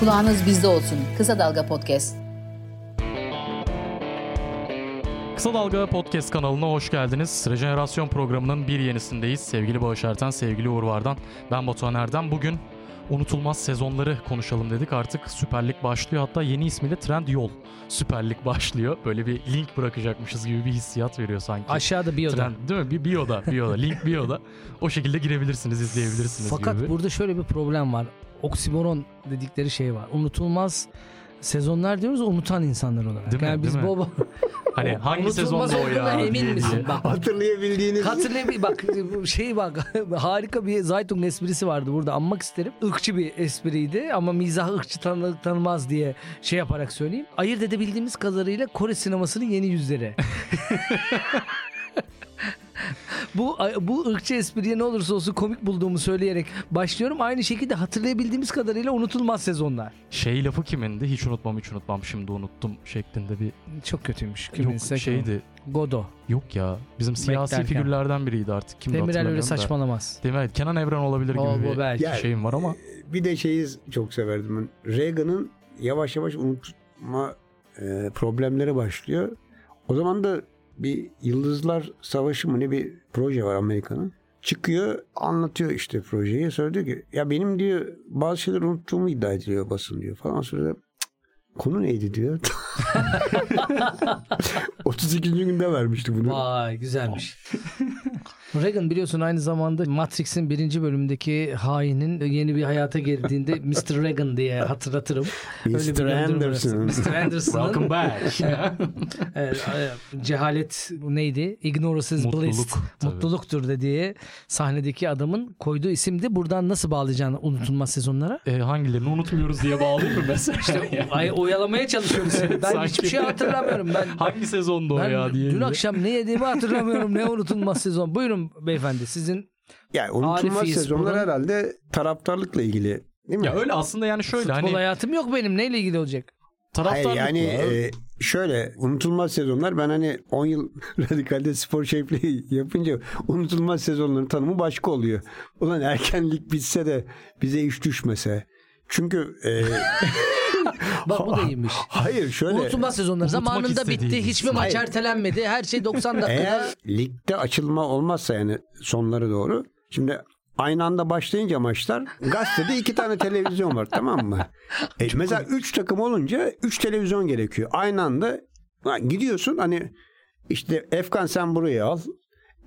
Kulağınız bizde olsun. Kısa Dalga Podcast. Kısa Dalga Podcast kanalına hoş geldiniz. Rejenerasyon programının bir yenisindeyiz. Sevgili Bağış Erten, sevgili Uğur Vardan. Ben Batuhan Erdem. Bugün unutulmaz sezonları konuşalım dedik. Artık Süper Lig başlıyor. Hatta yeni ismiyle Trend Yol Süper Lig başlıyor. Böyle bir link bırakacakmışız gibi bir hissiyat veriyor sanki. Aşağıda bir oda. Trend, değil mi? Bir biyoda, biyoda, link biyoda. O şekilde girebilirsiniz, izleyebilirsiniz Fakat gibi. burada şöyle bir problem var. Oksimoron dedikleri şey var. Unutulmaz sezonlar diyoruz unutan insanlar olarak. Değil mi? yani biz Değil mi? baba Hani hangi Unutulmaz sezonda o ya? olduğuna diye emin diye. misin? Bak. Hatırlayabildiğiniz Hatırlayayım bak şey bak harika bir Zaytun esprisi vardı burada anmak isterim. Irkçı bir espriydi ama mizah ırkçı tanı, tanımaz diye şey yaparak söyleyeyim. Ayırt edebildiğimiz kadarıyla Kore sinemasının yeni yüzleri. Bu bu ırkçı espriye ne olursa olsun komik bulduğumu söyleyerek başlıyorum. Aynı şekilde hatırlayabildiğimiz kadarıyla unutulmaz sezonlar. Şey lafı kimindi? Hiç unutmam, hiç unutmam. Şimdi unuttum şeklinde bir Çok kötüymüş. yok şeydi. Godo. Yok ya. Bizim siyasi derken. figürlerden biriydi artık. Kimdi Demirel öyle hatırlamıyorum da. saçmalamaz. Demirel. Kenan Evren olabilir gibi O, bu bir belki. Ya- şeyim var ama bir de şeyi çok severdim ben. Reagan'ın yavaş yavaş unutma e, problemleri başlıyor. O zaman da bir Yıldızlar Savaşı mı ne bir proje var Amerika'nın. Çıkıyor anlatıyor işte projeyi. Sonra diyor ki ya benim diyor bazı şeyleri unuttuğumu iddia ediliyor basın diyor falan. Sonra "Cık, konu neydi diyor. 32. günde vermişti bunu. Vay güzelmiş. Reagan biliyorsun aynı zamanda Matrix'in birinci bölümündeki hainin yeni bir hayata girdiğinde Mr. Reagan diye hatırlatırım. Mr. Anderson. Mr. Anderson'ın back. evet, e, cehalet neydi? Ignorance is Mutluluk, bliss. tabii. Mutluluktur dediği sahnedeki adamın koyduğu isimdi. Buradan nasıl bağlayacağını unutulmaz sezonlara. E, hangilerini unutmuyoruz diye bağlayayım mı mesela? Ay, oyalamaya çalışıyoruz. Ben Sanki. hiçbir şey hatırlamıyorum. Ben Hangi sezonda o ben ya diye. dün bile. akşam ne yediğimi hatırlamıyorum. Ne unutulmaz sezon. Buyurun beyefendi sizin Yani unutulmaz Arifiyiz sezonlar buradan. herhalde taraftarlıkla ilgili değil mi? Ya öyle aslında yani şöyle Futbol hani hayatım yok benim. Neyle ilgili olacak? taraftarlık Hayır yani mı? e, şöyle unutulmaz sezonlar ben hani 10 yıl radikalde spor şefliği yapınca unutulmaz sezonların tanımı başka oluyor. Ulan erkenlik bitse de bize iş düşmese. Çünkü e, Bak bu da iyiymiş. hayır şöyle Unutulmaz sezonlar. Unutmak Zamanında bitti. istediğimiz. Hiçbir maç Hayır. ertelenmedi. Her şey 90 dakikada. eğer ligde açılma olmazsa yani sonları doğru. Şimdi aynı anda başlayınca maçlar gazetede iki tane televizyon var tamam mı? E, mesela üç takım olunca üç televizyon gerekiyor. Aynı anda lan gidiyorsun hani işte Efkan sen buraya al.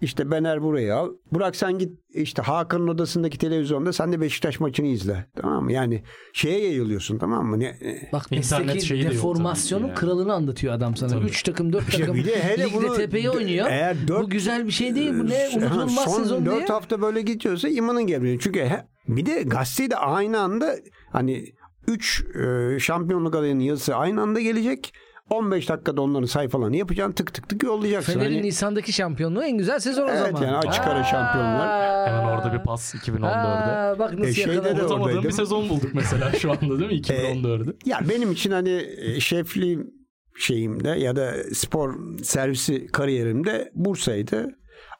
İşte Bener buraya al. Burak sen git işte Hakan'ın odasındaki televizyonda sen de Beşiktaş maçını izle. Tamam mı? Yani şeye yayılıyorsun tamam mı? Ne, e, Bak İnternet mesleki şeyi de yok deformasyonun tabii ki yani. kralını anlatıyor adam sana. Tabii. 3 takım 4 takım. bir de hele Ligde bunu tepeyi oynuyor. eğer dört- bu güzel bir şey değil. Bu ne? Ha, Unutulmaz son sezon diye. dört hafta böyle gidiyorsa imanın gelmiyor. Çünkü he- bir de gazeteyi de aynı anda hani 3 şampiyonluk adayının yazısı aynı anda gelecek. 15 dakikada onların sayfalarını yapacaksın. Tık tık tık yollayacaksın. Fener'in Hani- Nisan'daki şampiyonluğu en güzel sezon o Evet zaman. yani açık ara Aa! şampiyonlar. Hemen orada bir pas 2014'de. Aa, Bak nasıl E, şeyde de yakaladı. oradaydım. E, Unutamadığım bir sezon bulduk mesela şu anda değil mi? 2014'ü. Ya benim için hani e, şefliğim şeyimde ya da spor servisi kariyerimde Bursa'ydı.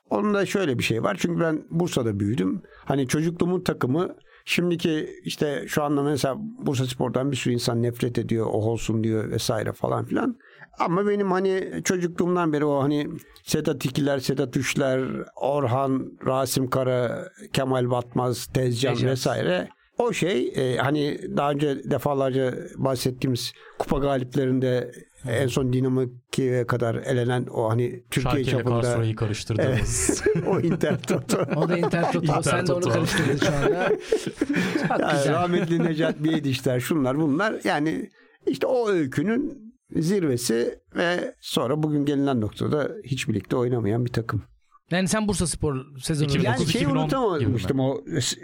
Onun da şöyle bir şey var. Çünkü ben Bursa'da büyüdüm. Hani çocukluğumun takımı şimdiki işte şu anda mesela Bursa Spor'dan bir sürü insan nefret ediyor. O olsun diyor vesaire falan filan. Ama benim hani çocukluğumdan beri o hani Sedat İkiler, Sedat Üçler, Orhan, Rasim Kara, Kemal Batmaz, Tezcan Tezcan. vesaire o şey e, hani daha önce defalarca bahsettiğimiz kupa galiplerinde e, en son Dinamo Kiev'e kadar elenen o hani Türkiye Şarkı ile çapında Karlsruhe'yi karıştırdığımız. o intertoto. O da Intertoto. Sen de onu Intertoto. karıştırdın şu anda. Çok yani güzel. rahmetli Necat Biyedişler şunlar bunlar. Yani işte o öykünün zirvesi ve sonra bugün gelinen noktada hiç birlikte oynamayan bir takım. Yani sen Bursa Spor sezonu. 2009 Yani şeyi 2010 unutamamıştım o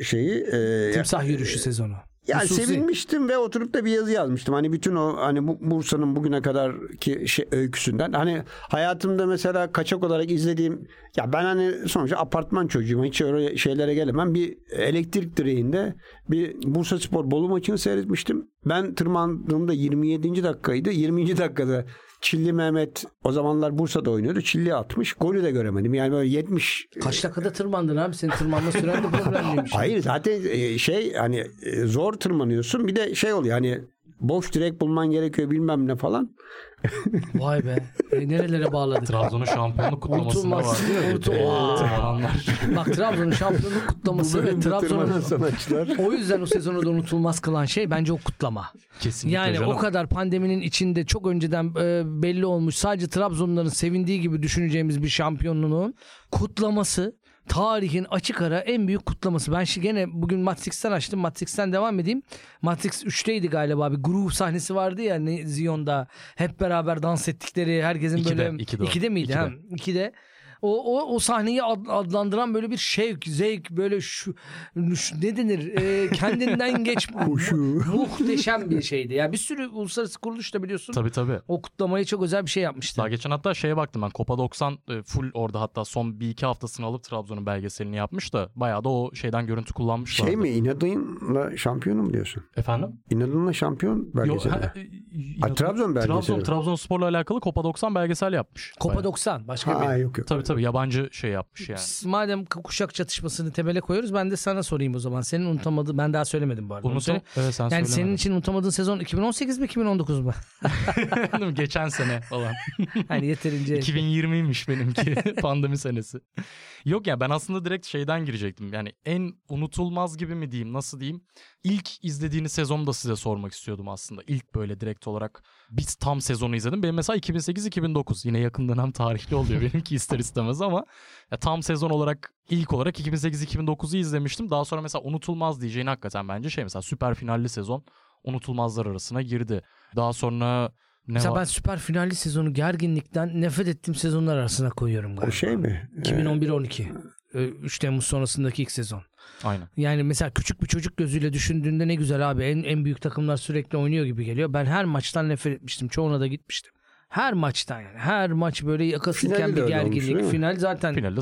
şeyi. E, ya- Timsah yürüyüşü sezonu. Yani Hususi. sevinmiştim ve oturup da bir yazı yazmıştım. Hani bütün o hani bu- Bursa'nın bugüne kadar ki şey, öyküsünden. Hani hayatımda mesela kaçak olarak izlediğim ya ben hani sonuçta apartman çocuğum. Hiç öyle şeylere gelemem. Bir elektrik direğinde bir Bursa Spor Bolu maçını seyretmiştim. Ben tırmandığımda 27. dakikaydı. 20. dakikada Çilli Mehmet o zamanlar Bursa'da oynuyordu. Çilli atmış. Golü de göremedim. Yani böyle 70 Kaç dakikada tırmandın abi? Senin tırmanma süren de problemliymiş. Hayır zaten e, şey hani e, zor tırmanıyorsun. Bir de şey oluyor hani boş direk bulman gerekiyor bilmem ne falan. Vay be. E, nerelere bağladık? Trabzon'un şampiyonluk kutlamasında var. Ee, Unutulmaz. Unutulmaz. Tırmananlar. Bak Trabzon'un şampiyonluk kutlaması ve Trabzon'un sanatçılar. o yüzden o sezonu da unutulmaz kılan şey bence o kutlama. Kesinlikle yani canım. o kadar pandeminin içinde çok önceden e, belli olmuş sadece Trabzonluların sevindiği gibi düşüneceğimiz bir şampiyonluğun kutlaması tarihin açık ara en büyük kutlaması. Ben şimdi gene bugün Matrix'ten açtım. Matrix'ten devam edeyim. Matrix 3'teydi galiba bir grup sahnesi vardı ya ne- Zion'da. Hep beraber dans ettikleri herkesin İkide, böyle ikide o. miydi? İkide. Ha, ikide. O, o, o sahneyi ad- adlandıran böyle bir şevk, zevk, böyle şu, şu- ne denir? Ee, kendinden geç Huşu. muhteşem bir şeydi. Yani bir sürü uluslararası kuruluş da biliyorsun. Tabii tabii. O kutlamayı çok özel bir şey yapmıştı. Daha geçen hatta şeye baktım ben. Copa 90 e, full orada hatta son bir iki haftasını alıp Trabzon'un belgeselini yapmış da bayağı da o şeyden görüntü kullanmışlar. Şey mi inadınla şampiyonum diyorsun? Efendim? İnadınla şampiyon Yo, belgeseli. ha, e, Ha, Trabzon belgeseli. Trabzon, Trabzonspor'la alakalı Copa 90 belgesel yapmış. Kopa Bayağı. 90 başka Ha, bir. yok yok. Tabii tabii yabancı şey yapmış yani. Pss, Madem k- kuşak çatışmasını temele koyuyoruz ben de sana sorayım o zaman. Senin unutamadığın ben daha söylemedim bu arada. Onu Unutum. söyle- Evet, sen yani söylemedin. senin için unutamadığın sezon 2018 mi 2019 mu? Efendim, geçen sene falan. hani yeterince 2020'ymiş benimki pandemi senesi. Yok ya ben aslında direkt şeyden girecektim. Yani en unutulmaz gibi mi diyeyim nasıl diyeyim. İlk izlediğiniz sezonu da size sormak istiyordum aslında. İlk böyle direkt olarak biz tam sezonu izledim. Benim mesela 2008-2009 yine yakın dönem tarihli oluyor benimki ister istemez ama ya tam sezon olarak ilk olarak 2008-2009'u izlemiştim. Daha sonra mesela unutulmaz diyeceğin hakikaten bence şey mesela süper finalli sezon unutulmazlar arasına girdi. Daha sonra ne Mesela var? ben süper finalli sezonu gerginlikten nefret ettiğim sezonlar arasına koyuyorum galiba. O şey mi? Ee, 2011-12. Ee, 3 Temmuz sonrasındaki ilk sezon. Aynen. Yani mesela küçük bir çocuk gözüyle düşündüğünde ne güzel abi en, en büyük takımlar sürekli oynuyor gibi geliyor. Ben her maçtan nefret etmiştim. Çoğuna da gitmiştim. Her maçtan yani. Her maç böyle Finali yakasırken de bir öyle olmuş, gerginlik. değil mi? Final zaten final, Finalde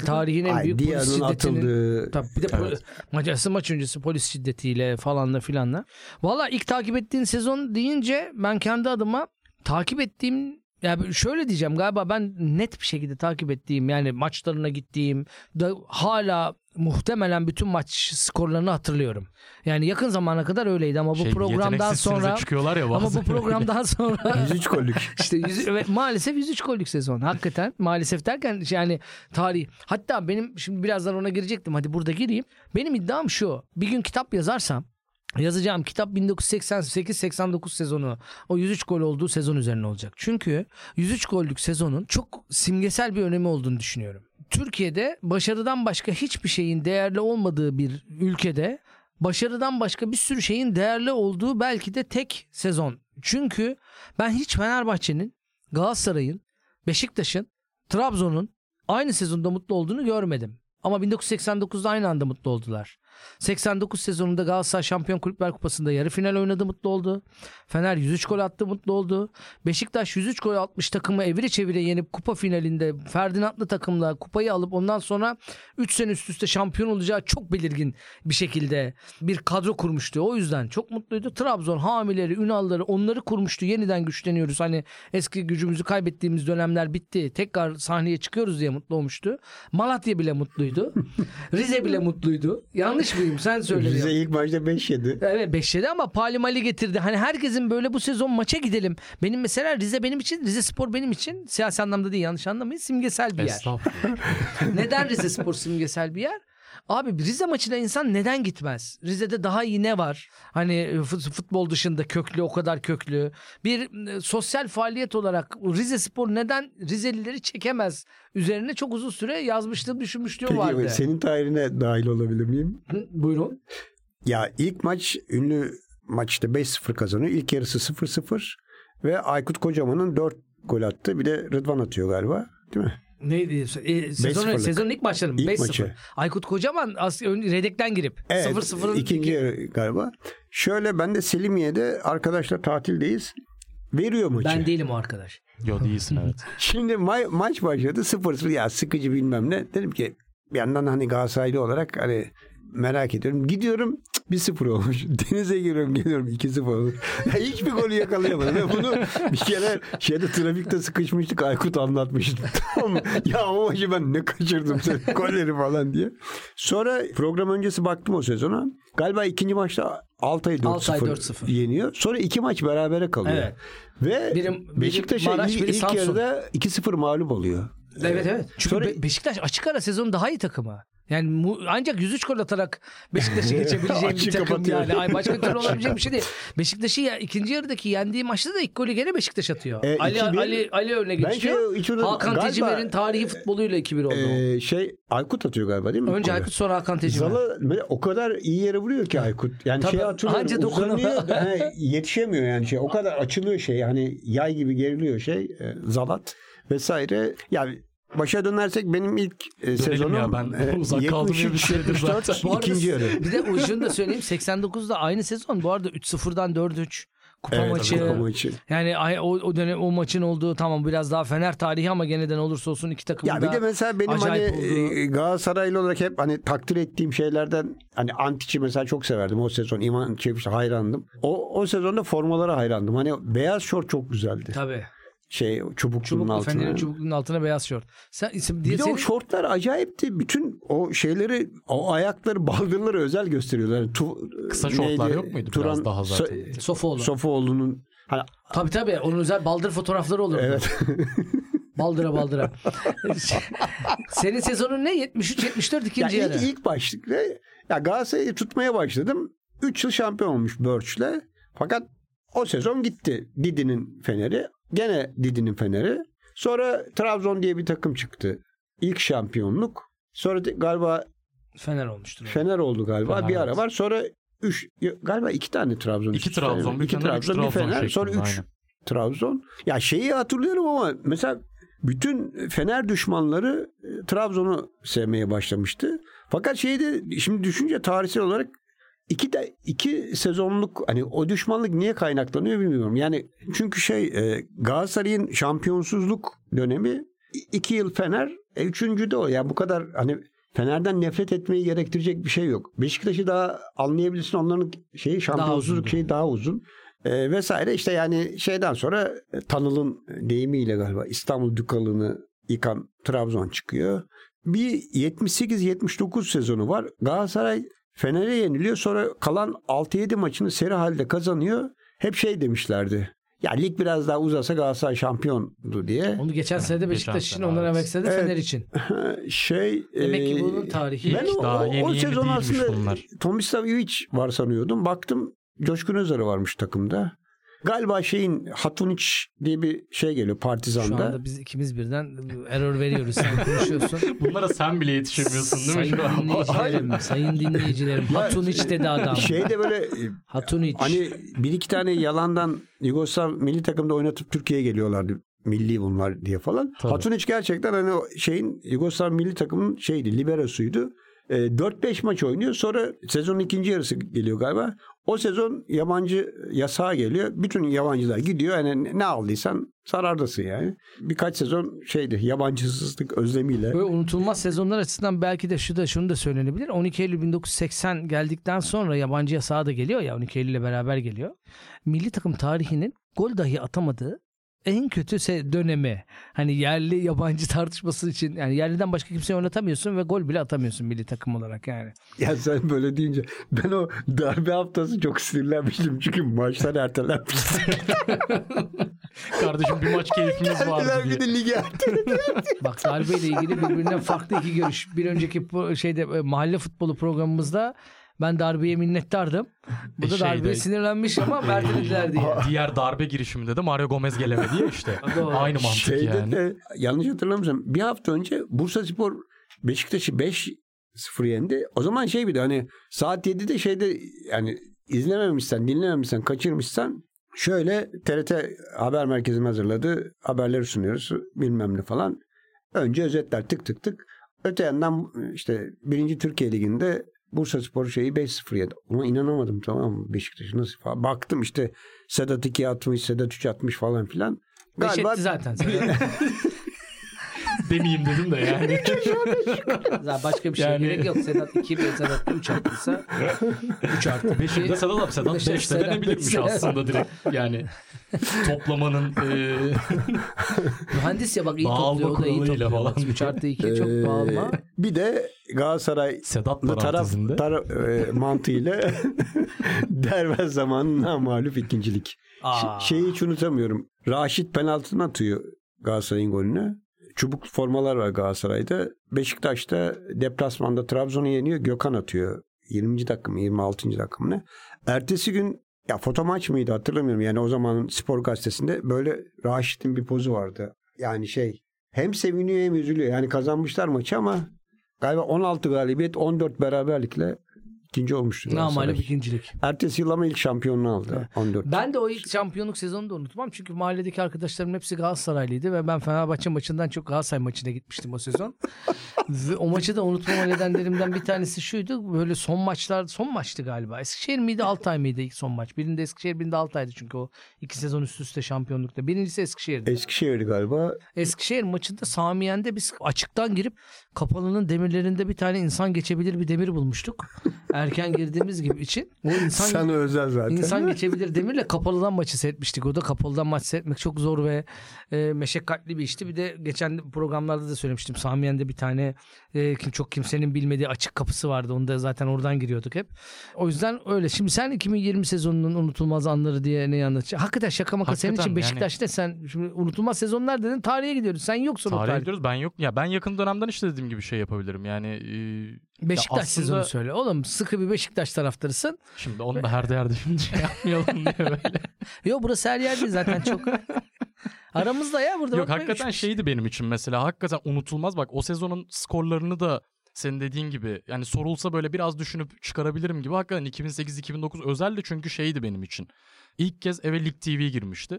0-0. tarihin en Ay, büyük Diallo'nun polis şiddetinin. atıldığı Tabii bir de poli- maç, asıl maç öncesi polis şiddetiyle falanla filanla. Valla ilk takip ettiğin sezon deyince ben kendi adıma takip ettiğim ya şöyle diyeceğim galiba ben net bir şekilde takip ettiğim yani maçlarına gittiğim da hala muhtemelen bütün maç skorlarını hatırlıyorum. Yani yakın zamana kadar öyleydi ama bu Şey, programdan yeteneksizsinize sonra çıkıyorlar ya ama bazen bu programdan sonra 103 gollük. işte yüz- ve maalesef 103 gollük sezon. Hakikaten maalesef derken yani tarih. Hatta benim şimdi birazdan ona girecektim. Hadi burada gireyim. Benim iddiam şu. Bir gün kitap yazarsam yazacağım kitap 1988-89 sezonu. O 103 gol olduğu sezon üzerine olacak. Çünkü 103 gollük sezonun çok simgesel bir önemi olduğunu düşünüyorum. Türkiye'de başarıdan başka hiçbir şeyin değerli olmadığı bir ülkede başarıdan başka bir sürü şeyin değerli olduğu belki de tek sezon. Çünkü ben hiç Fenerbahçe'nin, Galatasaray'ın, Beşiktaş'ın, Trabzon'un aynı sezonda mutlu olduğunu görmedim. Ama 1989'da aynı anda mutlu oldular. 89 sezonunda Galatasaray Şampiyon Kulüpler Kupası'nda yarı final oynadı mutlu oldu. Fener 103 gol attı mutlu oldu. Beşiktaş 103 gol atmış takımı evire çevire yenip kupa finalinde Ferdinandlı takımla kupayı alıp ondan sonra 3 sene üst üste şampiyon olacağı çok belirgin bir şekilde bir kadro kurmuştu. O yüzden çok mutluydu. Trabzon hamileri, Ünalları onları kurmuştu. Yeniden güçleniyoruz. Hani eski gücümüzü kaybettiğimiz dönemler bitti. Tekrar sahneye çıkıyoruz diye mutlu olmuştu. Malatya bile mutluydu. Rize bile mutluydu. Yanlış mıyım? Sen söyle. Rize ilk maçta 5 yedi. Evet 5 yedi ama Palimali getirdi. Hani herkesin böyle bu sezon maça gidelim. Benim mesela Rize benim için, Rize Spor benim için siyasi anlamda değil yanlış anlamayın simgesel bir yer. Estağfurullah. Neden Rize Spor simgesel bir yer? Abi Rize maçına insan neden gitmez? Rize'de daha iyi ne var? Hani fut- futbol dışında köklü o kadar köklü. Bir e, sosyal faaliyet olarak Rize Spor neden Rizelileri çekemez? Üzerine çok uzun süre yazmıştım düşünmüşlüğüm Peki vardı. senin tarihine dahil olabilir miyim? Hı, Buyurun. Ya ilk maç ünlü maçta 5-0 kazanıyor. İlk yarısı 0-0 ve Aykut Kocaman'ın 4 gol attı. Bir de Rıdvan atıyor galiba. Değil mi? Neydi? E, sezonun, 5-0'lık. sezonun ilk maçları mı? İlk 5-0. maçı. Aykut Kocaman as- ön- redekten girip. 0-0'ın ikinci yarı galiba. Şöyle ben de Selimiye'de arkadaşlar tatildeyiz. Veriyor maçı. Ben değilim o arkadaş. Yo değilsin evet. Şimdi ma- maç başladı 0-0 ya sıkıcı bilmem ne. Dedim ki bir yandan hani Galatasaraylı olarak hani merak ediyorum. Gidiyorum cık, 1-0 olmuş. Denize giriyorum geliyorum 2-0 olmuş. Ya hiçbir golü yakalayamadım. Ya bunu bir kere şeyde trafikte sıkışmıştık Aykut anlatmıştı. Tamam mı? Ya o maçı ben ne kaçırdım sen golleri falan diye. Sonra program öncesi baktım o sezona. Galiba ikinci maçta Altay 4-0, Altay 4-0. yeniyor. Sonra iki maç berabere kalıyor. Evet. Ve Biri- biri Beşiktaş'a Maraş, ilk, biri ilk Samsun. yarıda 2-0 mağlup oluyor. Evet evet. Çünkü Sonra- Be- Beşiktaş açık ara sezonun daha iyi takımı. Yani mu- ancak 103 gol atarak Beşiktaş'ı geçebileceğim bir Açık takım kapatıyor. yani. Ay başka türlü olabilecek bir şey değil. Beşiktaş'ı ya, ikinci yarıdaki yendiği maçta da ilk golü gene Beşiktaş atıyor. E, Ali, 2-1 Ali Ali önüne Bence geçiyor. hiç orada- Hakan galiba- Tecimer'in tarihi futboluyla 2-1 oldu. o. Ee, şey Aykut atıyor galiba değil mi? Önce Golü? Aykut sonra Hakan Tecimer. Zala böyle o kadar iyi yere vuruyor ki Aykut. Yani Tabii, şey hatırlıyorum. anca dokunuyor. uzanıyor, he, yetişemiyor yani şey. O kadar açılıyor şey. Hani yay gibi geriliyor şey. e, Zalat vesaire. Yani başa dönersek benim ilk e, sezonum e, ya, ben uzak kaldım diye bir şeydir 74, zaten. Bu arada- ikinci yarı. Bir de ucunu da söyleyeyim 89'da aynı sezon bu arada 3-0'dan 4-3 kupa Evet, maçı. kupa maçı. Yani ay- o, o dönem o maçın olduğu tamam biraz daha Fener tarihi ama gene de ne olursa olsun iki takım Ya da bir de mesela benim hani acayip oldu. e, Galatasaraylı olarak hep hani takdir ettiğim şeylerden hani Antic'i mesela çok severdim o sezon. İman Çeviş'e hayrandım. O, o sezonda formalara hayrandım. Hani beyaz şort çok güzeldi. Tabii. Şey çubukçunun Çubuklu altına. Fener'in çubukluğunun altına beyaz şort. Sen isim diye Bir de senin- o şortlar acayipti. Bütün o şeyleri, o ayakları, baldırları özel gösteriyorlar. Yani tu- Kısa şortlar neydi? yok muydu? Turan Biraz daha zaten. So- Sofoğlu. Sofuoğlu'nun hani tabii tabii onun özel baldır fotoğrafları olur. evet Baldıra baldıra. Şey, senin sezonun ne? 73-74 ya ikinci yarı. ilk, ilk başlıkta ya Galatasaray'ı tutmaya başladım. 3 yıl şampiyon olmuş Börç'le. Fakat o sezon gitti. Didi'nin Fener'i. Gene Didi'nin Fener'i. Sonra Trabzon diye bir takım çıktı. İlk şampiyonluk. Sonra de- galiba Fener olmuştur. Fener oldu galiba. Fener, bir ara evet. var. Sonra 3 galiba iki tane Trabzon. İki üst üste Trabzon, oynadı. bir İki Fener, üç Trabzon, bir Trabzon Fener. Sonra şeklinde, 3 aynen. Trabzon. Ya şeyi hatırlıyorum ama mesela bütün Fener düşmanları e, Trabzon'u sevmeye başlamıştı. Fakat şeyde şimdi düşünce tarihsel olarak iki de iki sezonluk hani o düşmanlık niye kaynaklanıyor bilmiyorum. Yani çünkü şey e, Galatasaray'ın şampiyonsuzluk dönemi i- iki yıl Fener, e, üçüncü de o. Yani bu kadar hani Fener'den nefret etmeyi gerektirecek bir şey yok. Beşiktaş'ı daha anlayabilirsin. Onların şeyi şampiyonsuzluk uzun. şeyi daha uzun. E, vesaire işte yani şeyden sonra e, Tanıl'ın deyimiyle galiba İstanbul Dükalı'nı yıkan Trabzon çıkıyor. Bir 78-79 sezonu var. Galatasaray Fener'e yeniliyor. Sonra kalan 6-7 maçını seri halde kazanıyor. Hep şey demişlerdi. Ya lig biraz daha uzasa Galatasaray şampiyondu diye. Onu geçen sene de geçen Beşiktaş için, sene, ondan evet. evvel sene de Evet. Fener için. şey Demek ki e, bunun tarihi. ben Hiç o, daha o- yeni o yeni sezon değilmiş aslında bunlar. Tomislav Ivic var sanıyordum. Baktım Coşkun Özarı varmış takımda. Galiba şeyin Hatunic diye bir şey geliyor Şu Partizan'da. anda biz ikimiz birden error veriyoruz. Sen konuşuyorsun. Bunlara sen bile yetişemiyorsun değil mi? şu an? Sayın dinleyicilerim, sayın dinleyicilerim. Hatun iç dedi adam. şey, Şeyde böyle e, Hatun iç. hani bir iki tane yalandan Yugoslav milli takımda oynatıp Türkiye'ye geliyorlardı. Milli bunlar diye falan. Tabii. Hatunic gerçekten hani o şeyin Yugoslav milli takımın şeydi liberosuydu. E, 4-5 maç oynuyor. Sonra sezonun ikinci yarısı geliyor galiba. O sezon yabancı yasağa geliyor. Bütün yabancılar gidiyor. Yani ne aldıysan zarardasın yani. Birkaç sezon şeydi yabancısızlık özlemiyle. Böyle unutulmaz sezonlar açısından belki de şu da şunu da söylenebilir. 12 Eylül 1980 geldikten sonra yabancı yasağı da geliyor ya 12 Eylül ile beraber geliyor. Milli takım tarihinin gol dahi atamadığı en kötü se- dönemi. Hani yerli yabancı tartışması için yani yerliden başka kimseyi oynatamıyorsun ve gol bile atamıyorsun milli takım olarak yani. Ya sen böyle deyince ben o darbe haftası çok sinirlenmiştim. Çünkü maçlar ertelenmişti. Kardeşim bir maç keyfimiz vardı Ertelendiler diye. bir de lige Bak darbeyle ilgili birbirinden farklı iki görüş. Bir önceki bu şeyde e, mahalle futbolu programımızda ben darbeye minnettardım. Bu da Şeyde- darbeye sinirlenmiş ama verdiler diye. Diğer darbe girişiminde de Mario Gomez gelemedi ya işte. Doğru. Şey Aynı mantık Şeyde yani. de yanlış hatırlamıyorsam bir hafta önce Bursa Spor Beşiktaş'ı 5-0 yendi. O zaman şey bir de hani saat 7'de şeyde yani izlememişsen, dinlememişsen, kaçırmışsan şöyle TRT haber merkezim hazırladı. Haberleri sunuyoruz bilmem ne falan. Önce özetler tık tık tık. Öte yandan işte birinci Türkiye Ligi'nde Bursa Spor şeyi 5-0 yedi. Ona inanamadım tamam mı Beşiktaş nasıl falan. Baktım işte Sedat 2 atmış, Sedat 3 atmış falan filan. Beş etti zaten. demeyeyim dedim de yani. Zaten başka bir şey Yani- gerek yok. Sedat 2 ve Sedat 3 arttıysa 3 artı 5. Şimdi Sedat abi Sedat Beşte 5'te Şey- Sedat denebilirmiş beşte. aslında direkt. Yani toplamanın e, eee, Mühendis ya bak iyi Dağılma topluyor. O da iyi kuralıyla topluyor. falan. 3 artı 2 çok Ee, dağılma. Bir de Galatasaray Sedat taraf, parantezinde. taraf e, mantığıyla dervez zamanına mağlup ikincilik. Şey- Ş- Aa. şeyi hiç unutamıyorum. Raşit penaltını atıyor Galatasaray'ın golüne. Çubuk formalar var Galatasaray'da. Beşiktaş'ta deplasmanda Trabzon'u yeniyor. Gökhan atıyor. 20. dakika mı 26. dakika mı ne? Ertesi gün ya foto maç mıydı hatırlamıyorum. Yani o zamanın spor gazetesinde böyle Raşit'in bir pozu vardı. Yani şey hem seviniyor hem üzülüyor. Yani kazanmışlar maçı ama galiba 16 galibiyet 14 beraberlikle ikinci olmuştu. Galatasaray. Namalip ikincilik. Ertesi yıl ama ilk şampiyonluğu aldı. 14. Ben de o ilk şampiyonluk sezonunu da unutmam. Çünkü mahalledeki arkadaşlarımın hepsi Galatasaraylıydı ve ben Fenerbahçe maçından çok Galatasaray maçına gitmiştim o sezon. ve o maçı da unutmama nedenlerimden bir tanesi şuydu. Böyle son maçlar, son maçtı galiba. Eskişehir miydi, Altay mıydı ilk son maç? Birinde Eskişehir, birinde Altay'dı çünkü o iki sezon üst üste şampiyonlukta. Birincisi Eskişehir'di. E- Eskişehir'di galiba. Eskişehir maçında Samiyen'de biz açıktan girip kapalının demirlerinde bir tane insan geçebilir bir demir bulmuştuk. Erken girdiğimiz gibi için. O insan Sana özel zaten. İnsan geçebilir demirle kapalıdan maçı seyretmiştik. O da kapalıdan maç seyretmek çok zor ve e, meşakkatli bir işti. Bir de geçen programlarda da söylemiştim. Samiyen'de bir tane e, kim çok kimsenin bilmediği açık kapısı vardı. Onu da zaten oradan giriyorduk hep. O yüzden öyle. Şimdi sen 2020 sezonunun unutulmaz anları diye ne anlatacaksın? Hakikaten şaka maka senin Hakikaten için yani- Beşiktaş'ta sen şimdi unutulmaz sezonlar dedin. Tarihe gidiyoruz. Sen yoksun o Tarih tarih. ediyoruz. Ben yok. Ya ben yakın dönemden işte dediğim gibi şey yapabilirim. Yani eee, Beşiktaş Ya aslında- sezonu söyle. Oğlum sıkı bir Beşiktaş taraftarısın. şimdi onu da her değerde şimdi şey yapmayalım diye böyle. Yo burası her yer değil zaten çok. Aramızda ya burada. Yok bakma, hakikaten şey üç- şeydi benim için mesela hakikaten unutulmaz bak o sezonun skorlarını da senin dediğin gibi yani sorulsa böyle biraz düşünüp çıkarabilirim gibi hakikaten 2008-2009 özeldi çünkü şeydi benim için. İlk kez eve Lig TV girmişti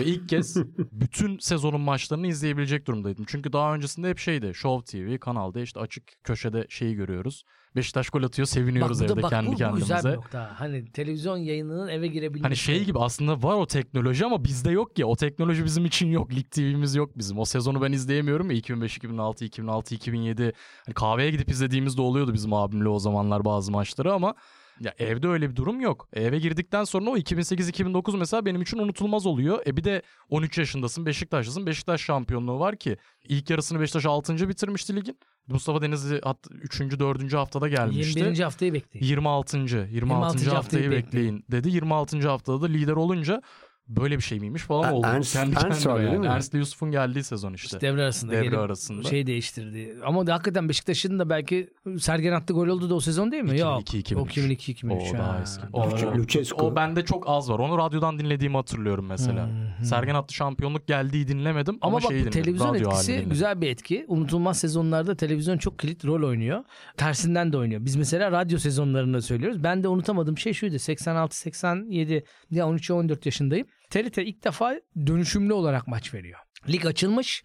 ve ilk kez bütün sezonun maçlarını izleyebilecek durumdaydım. Çünkü daha öncesinde hep şeydi Show TV kanalda işte açık köşede şeyi görüyoruz. Beşiktaş gol atıyor seviniyoruz bu da- evde kendi bu- bu kendimize. güzel bir nokta. Hani televizyon yayınının eve girebilmesi. Hani şey gibi aslında var o teknoloji ama bizde yok ya. O teknoloji bizim için yok. Lig TV'miz yok bizim. O sezonu ben izleyemiyorum ya. 2005, 2006, 2006, 2007. Hani kahveye gidip izlediğimiz de oluyordu bizim abimle o zamanlar bazı maçları ama ya evde öyle bir durum yok. Eve girdikten sonra o 2008-2009 mesela benim için unutulmaz oluyor. E bir de 13 yaşındasın, Beşiktaşlısın. Beşiktaş şampiyonluğu var ki ilk yarısını Beşiktaş 6. bitirmişti ligin. Mustafa Denizli 3. 4. haftada gelmişti. 21. haftayı bekleyin. 26. 26. 26. haftayı haftayı bekleyin dedi. 26. haftada da lider olunca böyle bir şey miymiş falan E- oldu. Ernst- Kendi Ernst kendime vardı yani. değil mi? Ernst'le Yusuf'un geldiği sezon işte. İşte devre arasında. Devre gelip arasında. Şey değiştirdi. Ama da hakikaten Beşiktaş'ın da belki Sergen attı gol oldu da o sezon değil mi? 2002, Yok. 2003. O 2002 2003. o daha eski. O, Luce- o- Lucescu. o bende çok az var. Onu radyodan dinlediğimi hatırlıyorum mesela. Sergen Atlı şampiyonluk geldiği dinlemedim ama, Ama bak şeyi dinledim. televizyon radyo halini etkisi dinledim. güzel bir etki. Unutulmaz sezonlarda televizyon çok kilit rol oynuyor. Tersinden de oynuyor. Biz mesela radyo sezonlarında söylüyoruz. Ben de unutamadığım şey şuydu. 86 87 ya 13 14 yaşındayım. TRT ilk defa dönüşümlü olarak maç veriyor. Lig açılmış.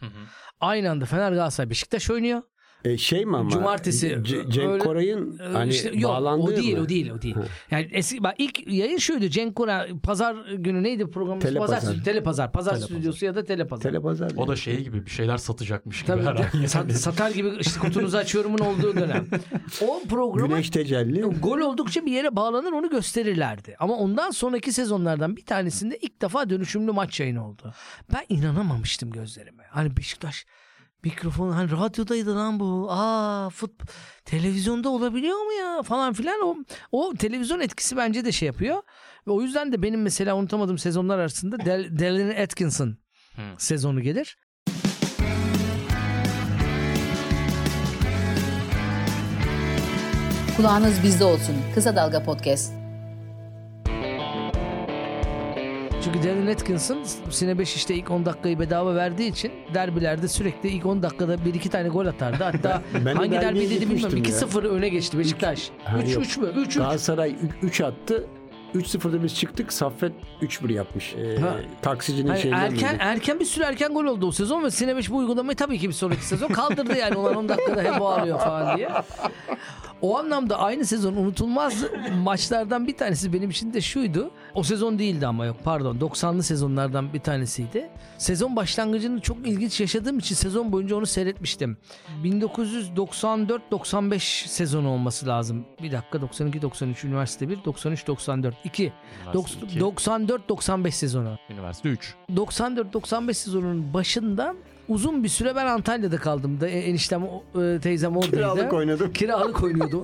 Aynı anda Fener Galatasaray Beşiktaş oynuyor. E, şey mi ama? Cumartesi, C- Cenk öyle- Koray'ın Ee, hani işte yok, bağlandığı o değil mı? o değil o değil. Yani eski bak ilk yayın şuydu Cenk Koray pazar günü neydi programımız? Telepazar. Pazar, telepazar. Pazar stüdyosu ya da telepazar. Telepazar. O da şey gibi bir şeyler satacakmış gibi Tabii her an. de- sat- satar gibi işte kutunuzu açıyorumun olduğu dönem. O programı Güneş tecelli. gol oldukça bir yere bağlanır onu gösterirlerdi. Ama ondan sonraki sezonlardan bir tanesinde ilk defa dönüşümlü maç yayını oldu. Ben inanamamıştım gözlerime. Hani Beşiktaş mikrofonu hani radyodaydı lan bu. Aa futbol televizyonda olabiliyor mu ya falan filan o o televizyon etkisi bence de şey yapıyor. Ve o yüzden de benim mesela unutamadığım sezonlar arasında Del, Dallin Atkinson sezonu gelir. Kulağınız bizde olsun. Kısa Dalga Podcast. Çünkü Darren Atkinson Sine 5 işte ilk 10 dakikayı bedava verdiği için derbilerde sürekli ilk 10 dakikada 1-2 tane gol atardı. Hatta Ben de hangi derbiye derbi dedi bilmiyorum. gitmiştim ya. 2-0 öne geçti Beşiktaş. Ha, 3-3 yok. mü? 3-3. Galatasaray 3 attı. 3-0'da biz çıktık. Saffet 3-1 yapmış. Ee, Ha. taksicinin Hayır, şeyinden erken biri. erken bir sürü erken gol oldu o sezon ve Sine 5 bu uygulamayı tabii ki bir sonraki sezon kaldırdı yani olan 10 dakikada hep bağırıyor falan diye. O anlamda aynı sezon unutulmaz maçlardan bir tanesi benim için de şuydu. O sezon değildi ama yok pardon 90'lı sezonlardan bir tanesiydi. Sezon başlangıcını çok ilginç yaşadığım için sezon boyunca onu seyretmiştim. 1994-95 sezonu olması lazım. Bir dakika 92-93 üniversite 1, 93-94 2. Üniversite iki, 94-95 sezonu. üniversite 3. 94-95 sezonunun başında uzun bir süre ben Antalya'da kaldım. Da, e, eniştem, o- e, teyzem oradaydı. Kiralık oynadım. Kiralık oynuyordu.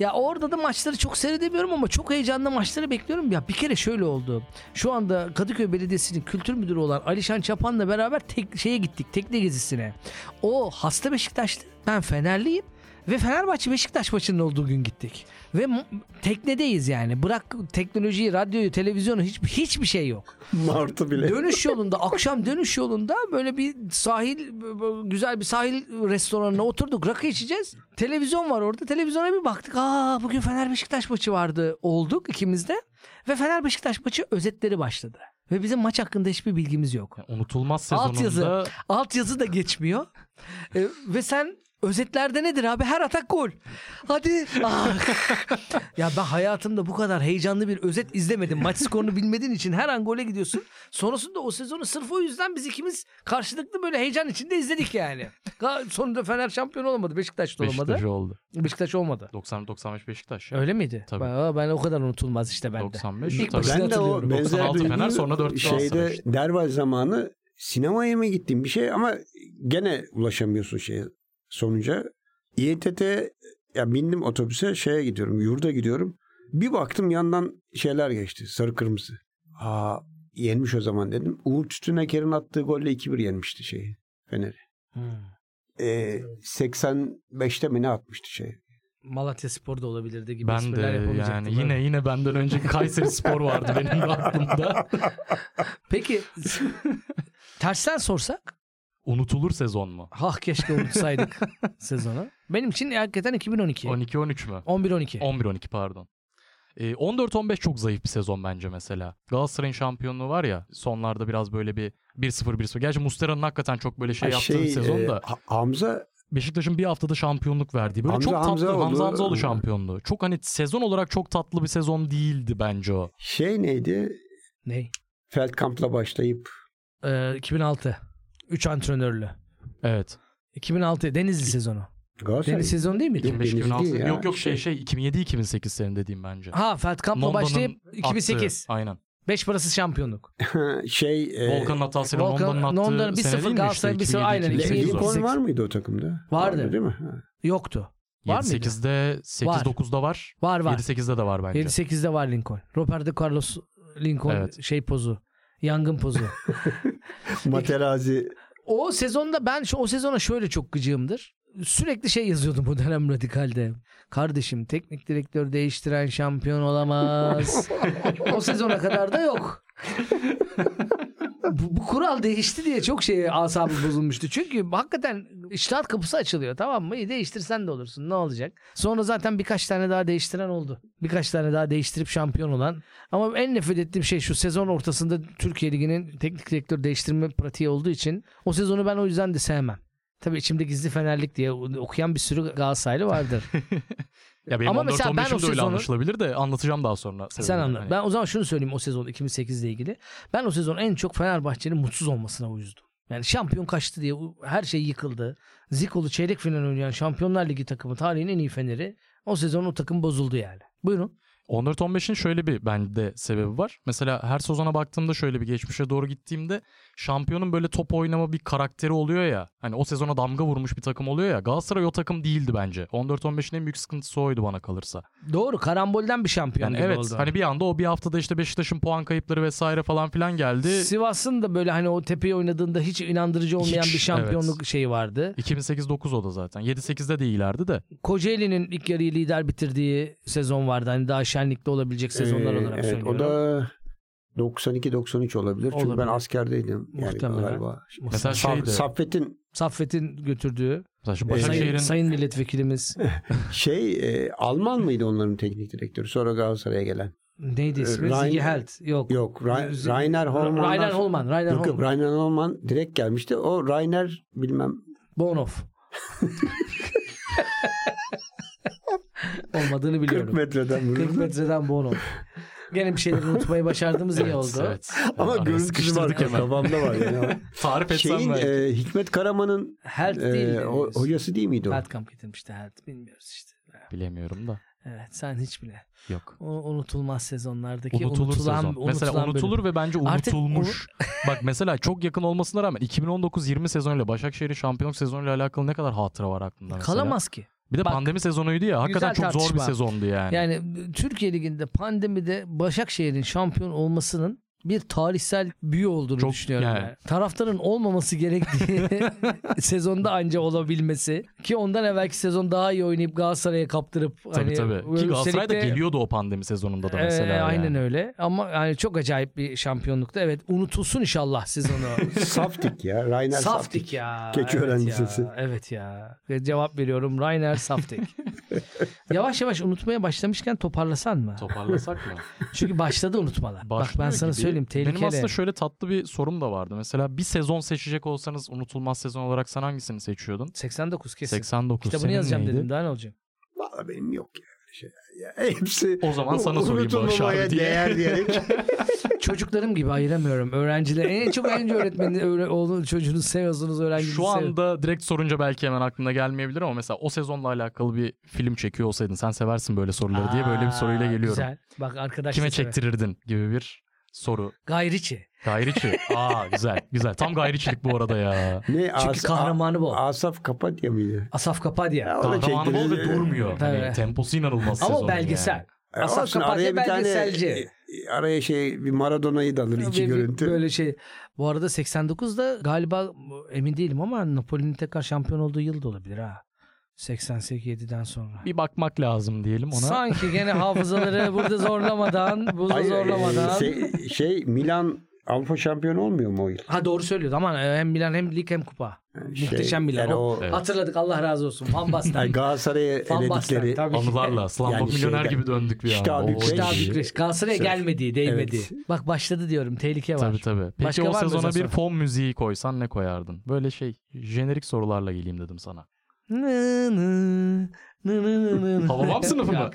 ya orada da maçları çok seyredemiyorum ama çok heyecanlı maçları bekliyorum. Ya bir kere şöyle oldu. Şu anda Kadıköy Belediyesi'nin kültür müdürü olan Alişan Çapan'la beraber tek, şeye gittik. Tekne gezisine. O hasta Beşiktaşlı. Ben Fenerliyim. Ve Fenerbahçe Beşiktaş maçının olduğu gün gittik. Ve mu- teknedeyiz yani. Bırak teknolojiyi, radyoyu, televizyonu hiçbir hiçbir şey yok. Martı bile. Dönüş yolunda akşam dönüş yolunda böyle bir sahil güzel bir sahil restoranına oturduk rakı içeceğiz. Televizyon var orada. Televizyona bir baktık. Aa bugün Fener Beşiktaş maçı vardı. Olduk ikimiz de. Ve Fener Beşiktaş maçı özetleri başladı. Ve bizim maç hakkında hiçbir bilgimiz yok. Yani unutulmaz Altyazı. sezonunda Altyazı da geçmiyor. E, ve sen özetlerde nedir abi? Her atak gol. Hadi. Ah. ya ben hayatımda bu kadar heyecanlı bir özet izlemedim. Maç skorunu bilmediğin için her an gole gidiyorsun. Sonrasında o sezonu sırf o yüzden biz ikimiz karşılıklı böyle heyecan içinde izledik yani. Ga- Sonunda Fener şampiyon olamadı. Beşiktaş da olamadı. Beşiktaş Beşiktaş, oldu. olmadı. 90-95 Beşiktaş. Öyle miydi? Tabii. Ben, ben o kadar unutulmaz işte bende. 95, İlk tabii. başta Ben de hatırlıyorum. o benzer 96 Fener, duyguyu sonra dört şeyde Galatasaray. derval zamanı sinemaya mı gittim bir şey ama gene ulaşamıyorsun şeye sonuca. İETT ya bindim otobüse şeye gidiyorum yurda gidiyorum. Bir baktım yandan şeyler geçti sarı kırmızı. Aa yenmiş o zaman dedim. Uğur Tütüneker'in attığı golle 2-1 yenmişti şeyi Fener'i. Hmm. Ee, 85'te mi ne atmıştı şey? Malatya Spor da olabilirdi gibi Ben de espriler yapamayacaktım. yani Evet. yine yine benden önce Kayseri Spor vardı benim de aklımda. Peki tersten sorsak? Unutulur sezon mu? Hah keşke unutsaydık sezonu. Benim için hakikaten 2012. 12-13 mü? 11-12. 11-12 pardon. Ee, 14-15 çok zayıf bir sezon bence mesela. Galatasaray'ın şampiyonluğu var ya sonlarda biraz böyle bir 1-0-1-0. Gerçi Mustera'nın hakikaten çok böyle şey Ha, yaptığı bir sezon e, da. Ha- Hamza Beşiktaş'ın bir haftada şampiyonluk verdiği. Böyle Hamza çok tatlı Hamzaoğlu- Hamza Hamzaoğlu şampiyonluğu. Çok hani sezon olarak çok tatlı bir sezon değildi bence o. şey neydi? Ney? Feldkamp'la başlayıp Ee, 2006. 3 antrenörlü. Evet. 2006 Denizli sezonu. Galatasaray. Deniz sezonu değil miydi? Yok, 25 Deniz 2006. değil ya. Yok yok şey şey 2007-2008 senin dediğim bence. Ha Feldkamp'la Londra'nın başlayıp attığı- 2008. aynen. 5 parasız şampiyonluk. şey e, Volkan'ın hatasıyla Ee, Volkan- Londra'nın attığı Londra'nın 1-0 sene değil mi işte? Galatasaray 1-0 aynen, 2007-2008 2007-2008. o. Lincoln var mıydı o takımda? Vardı. değil mi? Ha. Yoktu. Var mıydı? 7-8'de, 8-9'da var. Var var. 7-8'de de var bence. 7-8'de var Lincoln. Roberto Carlos Lincoln Evet. şey pozu. Yangın pozu. Materazzi O sezonda ben şu, o sezona şöyle çok gıcığımdır. Sürekli şey yazıyordum bu dönem radikalde. Kardeşim teknik direktör değiştiren şampiyon olamaz. o sezona kadar da yok. bu, bu kural değişti diye çok şey asabı bozulmuştu. Çünkü hakikaten iştahat kapısı açılıyor tamam mı? İyi değiştirsen de olursun ne olacak? Sonra zaten birkaç tane daha değiştiren oldu. Birkaç tane daha değiştirip şampiyon olan. Ama en nefret ettiğim şey şu sezon ortasında Türkiye Ligi'nin teknik direktör değiştirme pratiği olduğu için o sezonu ben o yüzden de sevmem. Tabii içimde gizli fenerlik diye okuyan bir sürü Galatasaraylı vardır. Ya benim Ama Ama mesela ben o 14 15'im de öyle sezonu- anlaşılabilir de anlatacağım daha sonra. Sen Sebebini. anla. Hani Ben o zaman şunu söyleyeyim o sezon 2008 ile ilgili. Ben o sezon en çok Fenerbahçe'nin mutsuz olmasına uydum. Yani şampiyon kaçtı diye her şey yıkıldı. Zikolu çeyrek final oynayan Şampiyonlar Ligi takımı tarihin en iyi Feneri. O sezon o takım bozuldu yani. Buyurun. 14-15'in şöyle bir bende sebebi var. Mesela her sezona baktığımda şöyle bir geçmişe doğru gittiğimde şampiyonun böyle top oynama bir karakteri oluyor ya. Hani o sezona damga vurmuş bir takım oluyor ya. Galatasaray o takım değildi bence. 14-15'in en büyük sıkıntısı oydu bana kalırsa. Doğru karambolden bir şampiyon Yani gibi evet oldu. hani bir anda o bir haftada işte Beşiktaş'ın puan kayıpları vesaire falan filan geldi. Sivas'ın da böyle hani o tepeye oynadığında hiç inandırıcı olmayan Hiç, bir şampiyonluk şeyi vardı. 2008-9 o da zaten. 7-8'de de iyilerdi de. Kocaeli'nin ilk yarıyı lider bitirdiği sezon vardı. Hani daha şenlikte olabilecek sezonlar e, olarak evet, söylüyorum. o da 92-93 olabilir. Çünkü ben Olabilir. askerdeydim. Yani Muhtemelen. galiba. Mesela Sa- şeydi. Saffet'in Saffet'in götürdüğü Mesela şu Ee, sayın, Başakşehir'in sayın milletvekilimiz şey e, Alman mıydı onların teknik direktörü? Sonra Galatasaray'a gelen. Neydi ismi? Rein- Ziggy Held. Yok. Yok Ra- Z- Rainer Holman. Rainer Holman. Rainer Yok yok Holman. Rainer Holman direkt gelmişti. O Rainer bilmem Bonhoff. Olmadığını 40 biliyorum. metreden 40 vurdu. metreden Bonhoff. Gene bir şeyleri unutmayı başardığımız iyi oldu. Evet. Ama Araya görüntüsü var sıkıştırdık hemen. kafamda var. Yani. Tarif etsem Şeyin belki. e, Hikmet Karaman'ın Held e, değil. ho- hocası değil miydi o? Meltkamp getirmişti Held. Bilmiyoruz işte. Bilemiyorum da. Evet sen hiç bile. Yok. O unutulmaz sezonlardaki Unutulur unutulan, sezon. Mesela unutulan unutulur bölüm. ve bence Artık unutulmuş. Bak mesela çok yakın olmasına rağmen 2019-20 sezonuyla Başakşehir'in şampiyonluk sezonuyla alakalı ne kadar hatıra var aklında mesela. Kalamaz ki. Bir de Bak, pandemi sezonuydu ya. Hakikaten güzel çok zor bir tartışma. sezondu yani. Yani Türkiye Ligi'nde pandemide Başakşehir'in şampiyon olmasının bir tarihsel büyü olduğunu Çok- düşünüyorum. yani. ben. Taraftarın olmaması gerektiği sezonda anca olabilmesi ki ondan evvelki sezon daha iyi oynayıp Galatasaray'a kaptırıp tabii hani tabii. Ki üstelik Galatasaray da de- geliyordu o pandemi sezonunda da Ee, mesela. yani. aynen öyle. Ama yani çok acayip bir şampiyonlukta. Evet unutulsun inşallah sezonu. Saftik ya. Rainer Saftik. Saftik ya. Keçiören evet Lisesi. Ya. Evet ya. Ve Cevap veriyorum Rainer Saftik. yavaş yavaş unutmaya başlamışken toparlasan mı? Toparlasak mı? Çünkü başladı unutmalar. Bak ben Başlıyor sana gibi. söyleyeyim tehlikeli. Benim aslında şöyle tatlı bir sorum da vardı. Mesela bir sezon seçecek olsanız unutulmaz sezon olarak sen hangisini seçiyordun? 89 kesin. 89. Kitabını Senin yazacağım neydi? dedim daha ne olacak? Valla benim yok ya. öyle Şey. ya hepsi O zaman sana u- sorayım Barış unutulmamaya abi diye. değer diyerek. Çocuklarım gibi ayıramıyorum öğrencileri. En çok öğrenci öğretmeni öğre, oğlun çocuğunu seviyorsunuz öğrencinizi Şu anda direkt sorunca belki hemen aklına gelmeyebilir ama mesela o sezonla alakalı bir film çekiyor olsaydın sen seversin böyle soruları diye böyle bir soruyla geliyorum. Güzel. Bak arkadaş. Kime da sever. çektirirdin gibi bir soru. Gayriçi. Gayriçi. Aa güzel güzel. Tam gayriçilik bu arada ya. ne, Çünkü As- kahramanı bu. Asaf Kapadya mıydı? Asaf Kapadya. Ya, o da Kahramanı bol ve çektirir- durmuyor. Hani Tabii. temposu inanılmaz Ama o sezonun belgesel. yani. E, Asaf olsun, Kapadya araya bir belgeselci. tane e, araya şey bir Maradona'yı da alır iki Bir- bir- görüntü. Böyle şey. Bu arada 89'da galiba ıı, emin değilim ama Napoli'nin tekrar şampiyon olduğu yıl da olabilir ha. 88-7'den sonra. Bir bakmak lazım diyelim ona. Sanki gene hafızaları burada zorlamadan, burada Hayır, e, zorlamadan. se- şey Milan Avrupa şampiyonu olmuyor mu o yıl? Ha doğru söylüyordu ama e, hem Milan hem lig hem kupa. Muhteşem Şey, Milan. yani O- o- Evet. Hatırladık Allah razı olsun. Van Yani Basten. Galatasaray'a Van Basten, eledikleri tabii. Anılarla. Slumdog Yani milyoner şeyden- gibi döndük bir İşte anda. abi O Güneş- iyi. Daha büyük reş. Galatasaray'a Sırf- gelmediği, değmedi. Evet. Bak başladı diyorum. Tehlike var. Tabii tabii. Peki Başka o var mı sezona özel bir soru? fon müziği koysan ne koyardın? Böyle şey jenerik sorularla geleyim dedim sana. Nı nı, nı nı nı nı. Hababam sınıfı mı? Yok,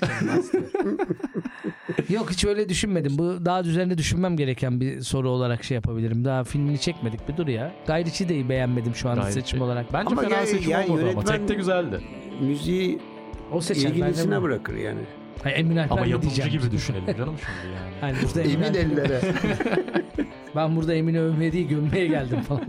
Yok hiç öyle düşünmedim. Bu daha üzerine düşünmem gereken bir soru olarak şey yapabilirim. Daha filmini çekmedik bir dur ya. Gayriçi de beğenmedim şu anda Gayri- seçim olarak. Bence Ama fena yani- seçim yani olmadı ama. yönetmen- Tek de güzeldi. müziği O seçer. ben ilgilisine de- bırakır yani. Hayır, Emin Alper Ama mi yapımcı diyeceğim? gibi düşünelim canım şimdi yani. Yani burada Emin Emin Alper- ellere. Ben burada Emin'i övmeye değil gömmeye geldim falan.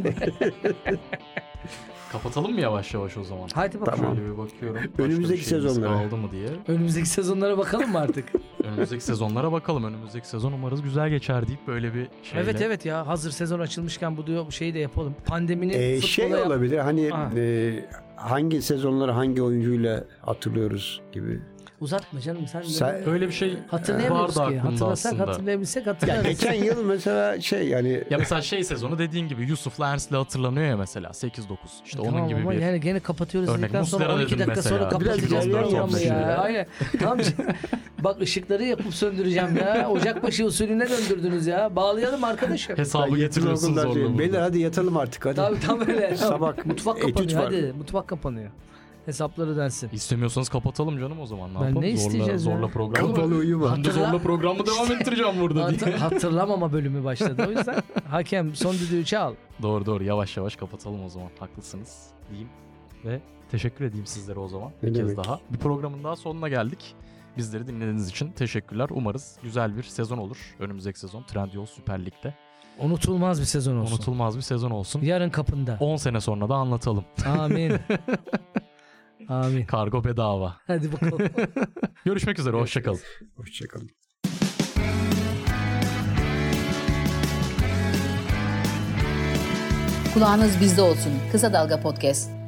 Kapatalım mı yavaş yavaş o zaman? Hadi bakalım. Tamam. Şöyle bir bakıyorum. Başka Önümüzdeki bir şeyimiz sezonlara. Kaldı mı diye. Önümüzdeki sezonlara bakalım mı artık? Önümüzdeki sezonlara bakalım. Önümüzdeki sezon umarız güzel geçer deyip böyle bir şeyle. evet evet ya hazır sezon açılmışken bu diyor şeyi de yapalım. Pandeminin Ee, futbola şey yap- olabilir hani Ha. e, hangi sezonları hangi oyuncuyla hatırlıyoruz gibi. Uzatma canım sen. Sen- Öyle bir şey Hatırlayamıyoruz vardı ki. aklımda Hatırlasak aslında. hatırlayabilsek Ya hatırlarız. geçen yıl mesela şey yani Ya mesela şey sezonu dediğin gibi Yusuf'la Ernst'le hatırlanıyor ya mesela 8-9. İşte onun Tamam gibi ama bir. yani gene kapatıyoruz Örnek dedikten sonra Muslera 12 dedim dakika mesela. sonra Biraz kapatacağız ilerleyen programı yapmışım ya. ya. Aynen. Tam bak ışıkları yapıp söndüreceğim ya. Ocakbaşı usulüne döndürdünüz ya. Bağlayalım arkadaşım. Hesabı getiriyorsun okullar zorla. şey, Beyler burada. hadi yatalım artık hadi. Tabii tam öyle. Sabah mutfak etüt kapanıyor var. hadi. Mutfak kapanıyor. Hesapları densin. İstemiyorsanız kapatalım canım o zaman. Ne Ben yapalım? ne zorla, isteyeceğiz ya? zorla programı. Kapalı uyuma. Ben de Hatırla- zorla programı devam ettireceğim burada Hatır- diye. hatırlamama bölümü başladı. O yüzden hakem son düdüğü çal. doğru doğru yavaş yavaş kapatalım o zaman. Haklısınız diyeyim. Ve teşekkür edeyim sizlere o zaman. Ne bir kez demek. daha. Bir programın daha sonuna geldik. Bizleri dinlediğiniz için teşekkürler. Umarız güzel bir sezon olur. Önümüzdeki sezon Trendyol Süper Lig'de. Unutulmaz bir sezon olsun. Unutulmaz bir sezon olsun. Yarın kapında. 10 sene sonra da anlatalım. Amin. Amin. Kargo bedava. Hadi bakalım. Görüşmek üzere. Hoşçakalın. Hoşçakalın. Kulağınız bizde olsun. Kısa Dalga Podcast.